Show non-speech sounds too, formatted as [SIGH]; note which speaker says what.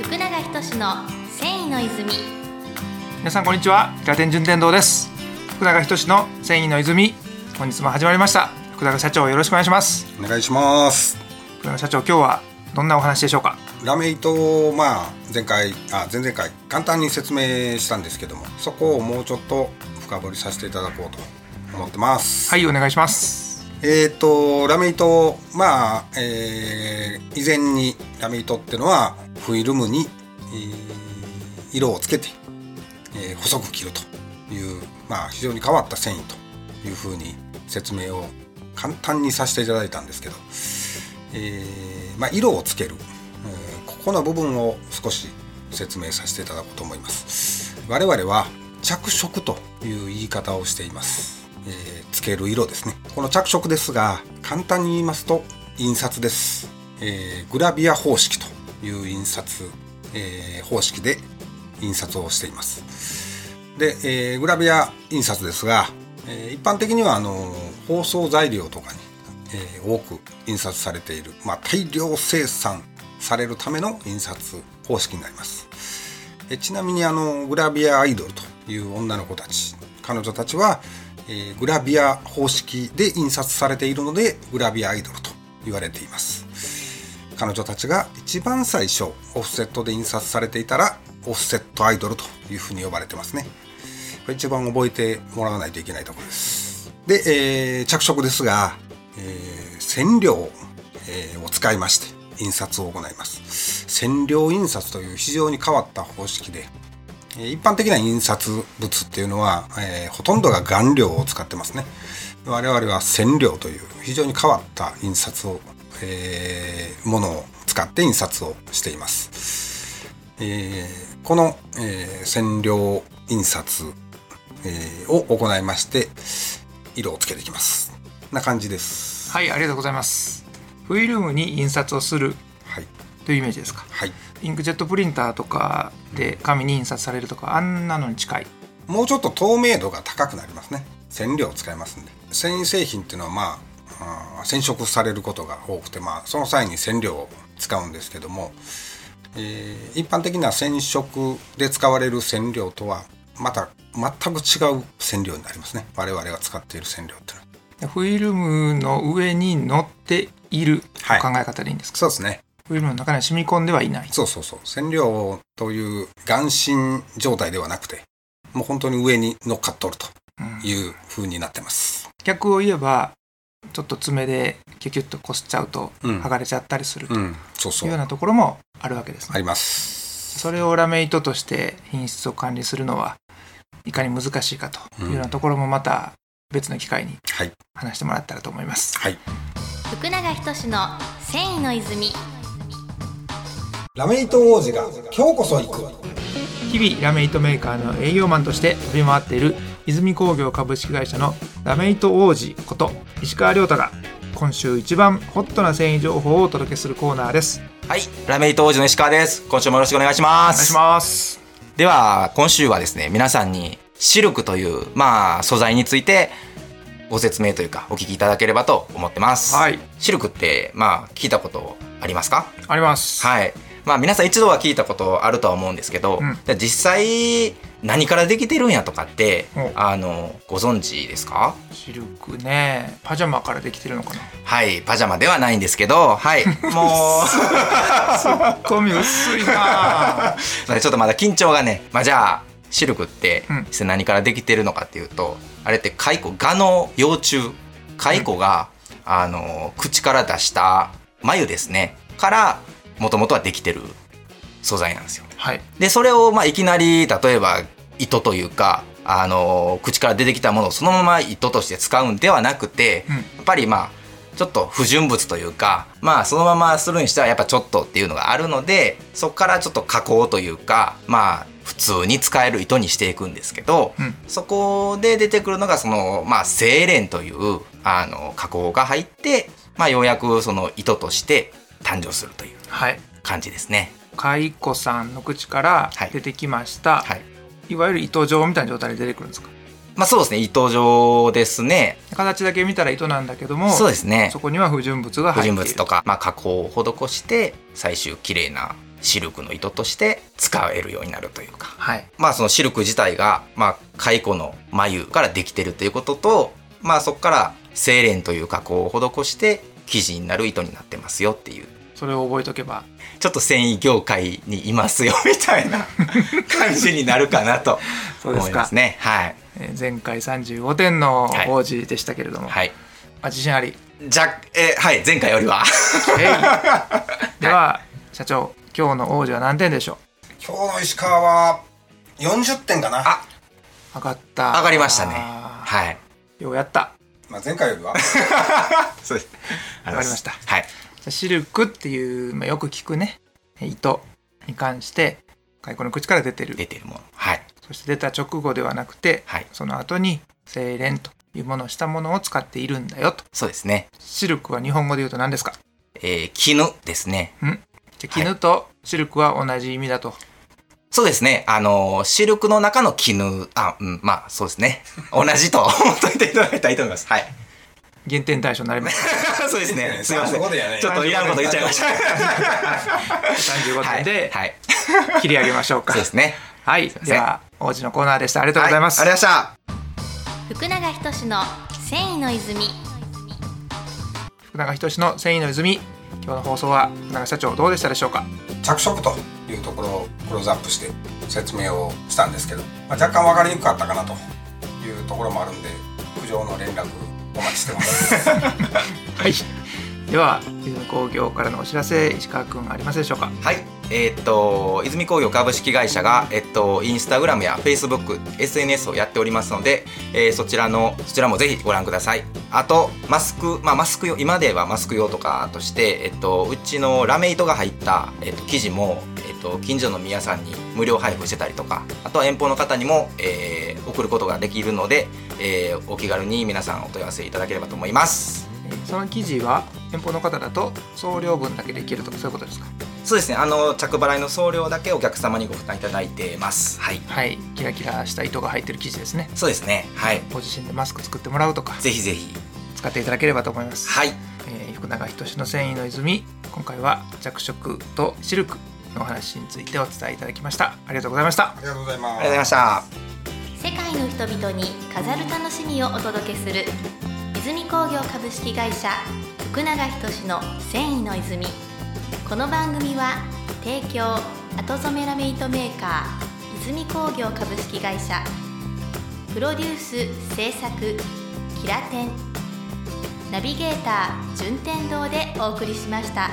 Speaker 1: 仁の繊維の泉
Speaker 2: 皆さんこんにちはラテン順天堂です福永仁の繊維の泉本日も始まりました福永社長よろしくお願いします
Speaker 3: お願いします
Speaker 2: 福永社長今日はどんなお話でしょうか
Speaker 3: ラメ糸をまあ前回あ前々回簡単に説明したんですけどもそこをもうちょっと深掘りさせていただこうと思ってます、
Speaker 2: はいお願いします
Speaker 3: えっ、とラメ糸まあ、えー以前にラメ糸ってのはフィルムに、えー色をつけて、えー細く切るというまあ非常に変わった繊維というふうに説明を簡単にさせていただいたんですけど、えーまあ、色をつける、えーここの部分を少し説明させていただこうと思います我々は着色という言い方をしています、えーつける色ですねこの着色ですが簡単に言いますと印刷です、えーグラビア方式という印刷、えー方式で印刷をしていますで、えーグラビア印刷ですが、えー一般的にはあのー包装材料とかに、えー多く印刷されている、まあ、大量生産されるための印刷方式になります、えーちなみにあのグラビアアイドルという女の子たち彼女たちは、えーグラビア方式で印刷されているのでグラビアアイドルと言われています彼女たちが一番最初オフセットで印刷されていたらオフセットアイドルというふうに呼ばれてますねこれ一番覚えてもらわないといけないところですで、えー着色ですが、えー染料、えーを使いまして印刷を行います染料印刷という非常に変わった方式でえー一般的な印刷物っていうのは、えーほとんどが顔料を使ってますね我々は染料という非常に変わった印刷を、えーものを使って印刷をしていますえーこの、えー染料印刷、えーを行いまして色をつけていきますこんな感じです
Speaker 2: はいありがとうございますフィルムに印刷をする
Speaker 3: はい
Speaker 2: というイメージですか
Speaker 3: はい
Speaker 2: インクジェットプリンターとかで紙に印刷されるとかあんなのに近い
Speaker 3: もうちょっと透明度が高くなりますね染料を使いますんで繊維製品っていうのはまああー染色されることが多くてまあその際に染料を使うんですけども、えー一般的な染色で使われる染料とはまた全く違う染料になりますね我々が使っている染料っていうのは
Speaker 2: フィルムの上に乗っている
Speaker 3: はい
Speaker 2: 考え方でいいんですか、
Speaker 3: そうですね
Speaker 2: フィルムの中に染み込んではいない
Speaker 3: そうそうそう。染料という眼神状態ではなくて、もう本当に上に乗っかっとるという風になってます。
Speaker 2: 逆を言えばちょっと爪でキュキュッとこすっちゃうと
Speaker 3: うん
Speaker 2: 剥がれちゃったりすると
Speaker 3: う
Speaker 2: い
Speaker 3: ん。そうそう
Speaker 2: よう
Speaker 3: う。
Speaker 2: なところもあるわけですね、
Speaker 3: あります。
Speaker 2: それをラメ糸として品質を管理するのはいかに難しいかというようなところもまた別の機会に
Speaker 3: はい。
Speaker 2: 話してもらったらと思います、
Speaker 3: はい。
Speaker 1: 福永仁の繊維の泉
Speaker 3: ラメイト王子が今日こそ行く。
Speaker 2: 日々ラメ糸メーカーの営業マンとして飛び回っている泉工業株式会社のラメ糸王子こと石川亮太が今週一番ホットな繊維情報をお届けするコーナーです
Speaker 4: はい、ラメイト王子の石川です。今週もよろしくお願いしま
Speaker 2: お願い
Speaker 4: す。
Speaker 2: します
Speaker 4: では、今週はですね、皆さんにシルクという、まあ、素材について。ご説明というか、お聞きいただければと思ってます。
Speaker 2: はい
Speaker 4: シルクって、まあ、聞いたことありますか。
Speaker 2: あります
Speaker 4: はい。まあ、皆さん一度は聞いたことあるとは思うんですけど、
Speaker 2: うん
Speaker 4: じゃあ実際。何からできてるんやとかって
Speaker 2: お、
Speaker 4: あの、ご存知ですか。
Speaker 2: シルクねパジャマからできてるのかな
Speaker 4: はい、パジャマではないんですけ
Speaker 2: [LAUGHS]
Speaker 4: ど、はい、もう。
Speaker 2: ゴミ薄いな
Speaker 4: [LAUGHS] まあちょっとまだ緊張がね、まあ、じゃあシルクって
Speaker 2: うん
Speaker 4: 実際何からできてるのかっていうと、あれって蚕ガの幼虫蚕が、あの口から出した繭ですねからもともとはできてる素材なんですよ。
Speaker 2: [LAUGHS] はい
Speaker 4: でそれをまあいきなり例えば糸というか、あの口から出てきたものをそのまま糸として使うんではなくて、
Speaker 2: うん
Speaker 4: やっぱりまあちょっと不純物というかまあそのままするにしてはやっぱちょっとっていうのがあるのでそこからちょっと加工というかまあ普通に使える糸にしていくんですけど、
Speaker 2: うん
Speaker 4: そこで出てくるのがそのまあ精錬というあの加工が入って、まあ、ようやくその糸として誕生するという
Speaker 2: はい
Speaker 4: 感じですね。
Speaker 2: カイコさんの口から
Speaker 4: はい
Speaker 2: 出てきました、
Speaker 4: はい
Speaker 2: い、わゆる糸状みたいな状態で出てくるんですか
Speaker 4: まあそうですね糸状ですね
Speaker 2: 形だけ見たら糸なんだけども
Speaker 4: そうですね
Speaker 2: そこには不純物が
Speaker 4: 不
Speaker 2: 入ってい
Speaker 4: 純
Speaker 2: る
Speaker 4: 物とか、まあ、加工を施して最終綺麗なシルクの糸として使えるようになるというか
Speaker 2: はい
Speaker 4: まあそのシルク自体が、まあ、蚕の眉からできてるということと、まあそこから精錬という加工を施して生地になる糸になってますよっていう、
Speaker 2: それを覚えとけば
Speaker 4: ちょっと繊維業界にいますよみたい
Speaker 2: [LAUGHS]
Speaker 4: な感じになるかなと
Speaker 2: そう
Speaker 4: 思
Speaker 2: です
Speaker 4: い
Speaker 2: か
Speaker 4: ますね。はい。
Speaker 2: えー前回35点の王子でしたけれども、
Speaker 4: はい。
Speaker 2: あ自信あり、
Speaker 4: じゃ、えーはい、前回よりは。
Speaker 2: えい
Speaker 4: [LAUGHS]
Speaker 2: では、社長今日の王子は何点でしょ
Speaker 3: 今日の石川は40点かな。
Speaker 4: あ
Speaker 2: う上がった
Speaker 4: 上がりましたね。
Speaker 2: あ
Speaker 4: はい。
Speaker 2: ーようやった
Speaker 3: まあ前回よりは。 [LAUGHS]
Speaker 4: そうです。
Speaker 2: わかりました
Speaker 4: はい。
Speaker 2: じゃあシルクっていう、まあ、よく聞くね糸に関して蚕の口から出てる
Speaker 4: 出てるもの。はい。
Speaker 2: そして出た直後ではなくて、
Speaker 4: はい
Speaker 2: その後に精錬というものをしたものを使っているんだよと
Speaker 4: そうですね。
Speaker 2: シルクは日本語で言うと何ですか
Speaker 4: えー、絹ですね。
Speaker 2: じゃあ絹とシルクは同じ意味だと、
Speaker 4: そうですね。あの、シルクの中の絹、あ、うん、まあ、そうですね。同じと思っといていただきたいと思います。はい。 [LAUGHS]
Speaker 2: 減点対象になります
Speaker 4: そうですね。すいません。
Speaker 3: 35でやね
Speaker 4: ちょっといらんこと言っちゃい
Speaker 2: [LAUGHS]
Speaker 4: ました。 [LAUGHS] は
Speaker 2: 35点
Speaker 4: い。
Speaker 2: で [LAUGHS]
Speaker 4: はい。
Speaker 2: 切り上げましょうか
Speaker 4: そうですね。
Speaker 2: はい
Speaker 4: ません
Speaker 2: では王子のコーナーでしたありがとうございます、
Speaker 4: はありがとうございました。
Speaker 1: 福永仁の繊維の泉
Speaker 2: 福永仁の繊維の泉今日の放送は福永社長どうでしたでしょうか
Speaker 3: 着色というところをクローズアップして説明をしたんですけど、まあ、若干分かりにくかったかなというところもあるんで苦情の連絡お待ちして [LAUGHS] ます。
Speaker 2: はいでは泉工業からのお知らせ石川くんありますでしょうか
Speaker 4: はい、えーっと泉工業株式会社が、えっと、インスタグラムやフェイスブック SNS をやっておりますので、えーそちらのそちらもぜひご覧くださいあとマスク、まあ、マスク用今ではマスク用とかとして、えっと、うちのラメ糸が入った、えっと、生地も、えっと、近所の宮さんに無料配布してたりとかあとは遠方の方にも、えー送ることができるので、えーお気軽に皆さんお問い合わせいただければと思います
Speaker 2: えーその記事は遠方の方だと送料分だけできるとかそういうことですか
Speaker 4: そうですねあの着払いの送料だけお客様にご負担いただいてますはい
Speaker 2: はいキラキラした糸が入ってる記事ですね
Speaker 4: そうですね。はい。
Speaker 2: ご自身でマスク作ってもらうとか
Speaker 4: ぜひぜひ。
Speaker 2: 使っていただければと思います、
Speaker 4: はい。
Speaker 2: えー福永仁の繊維の泉今回は着色とシルクのお話についてお伝えいただきましたありがとうございました
Speaker 3: ありがとうございます。
Speaker 4: ありがとうございました。
Speaker 1: 世界の人々に飾る楽しみをお届けする泉工業株式会社福永仁の繊維の泉この番組は提供後染めラメイトメーカー泉工業株式会社プロデュース制作キラテンナビゲーター順天堂でお送りしました。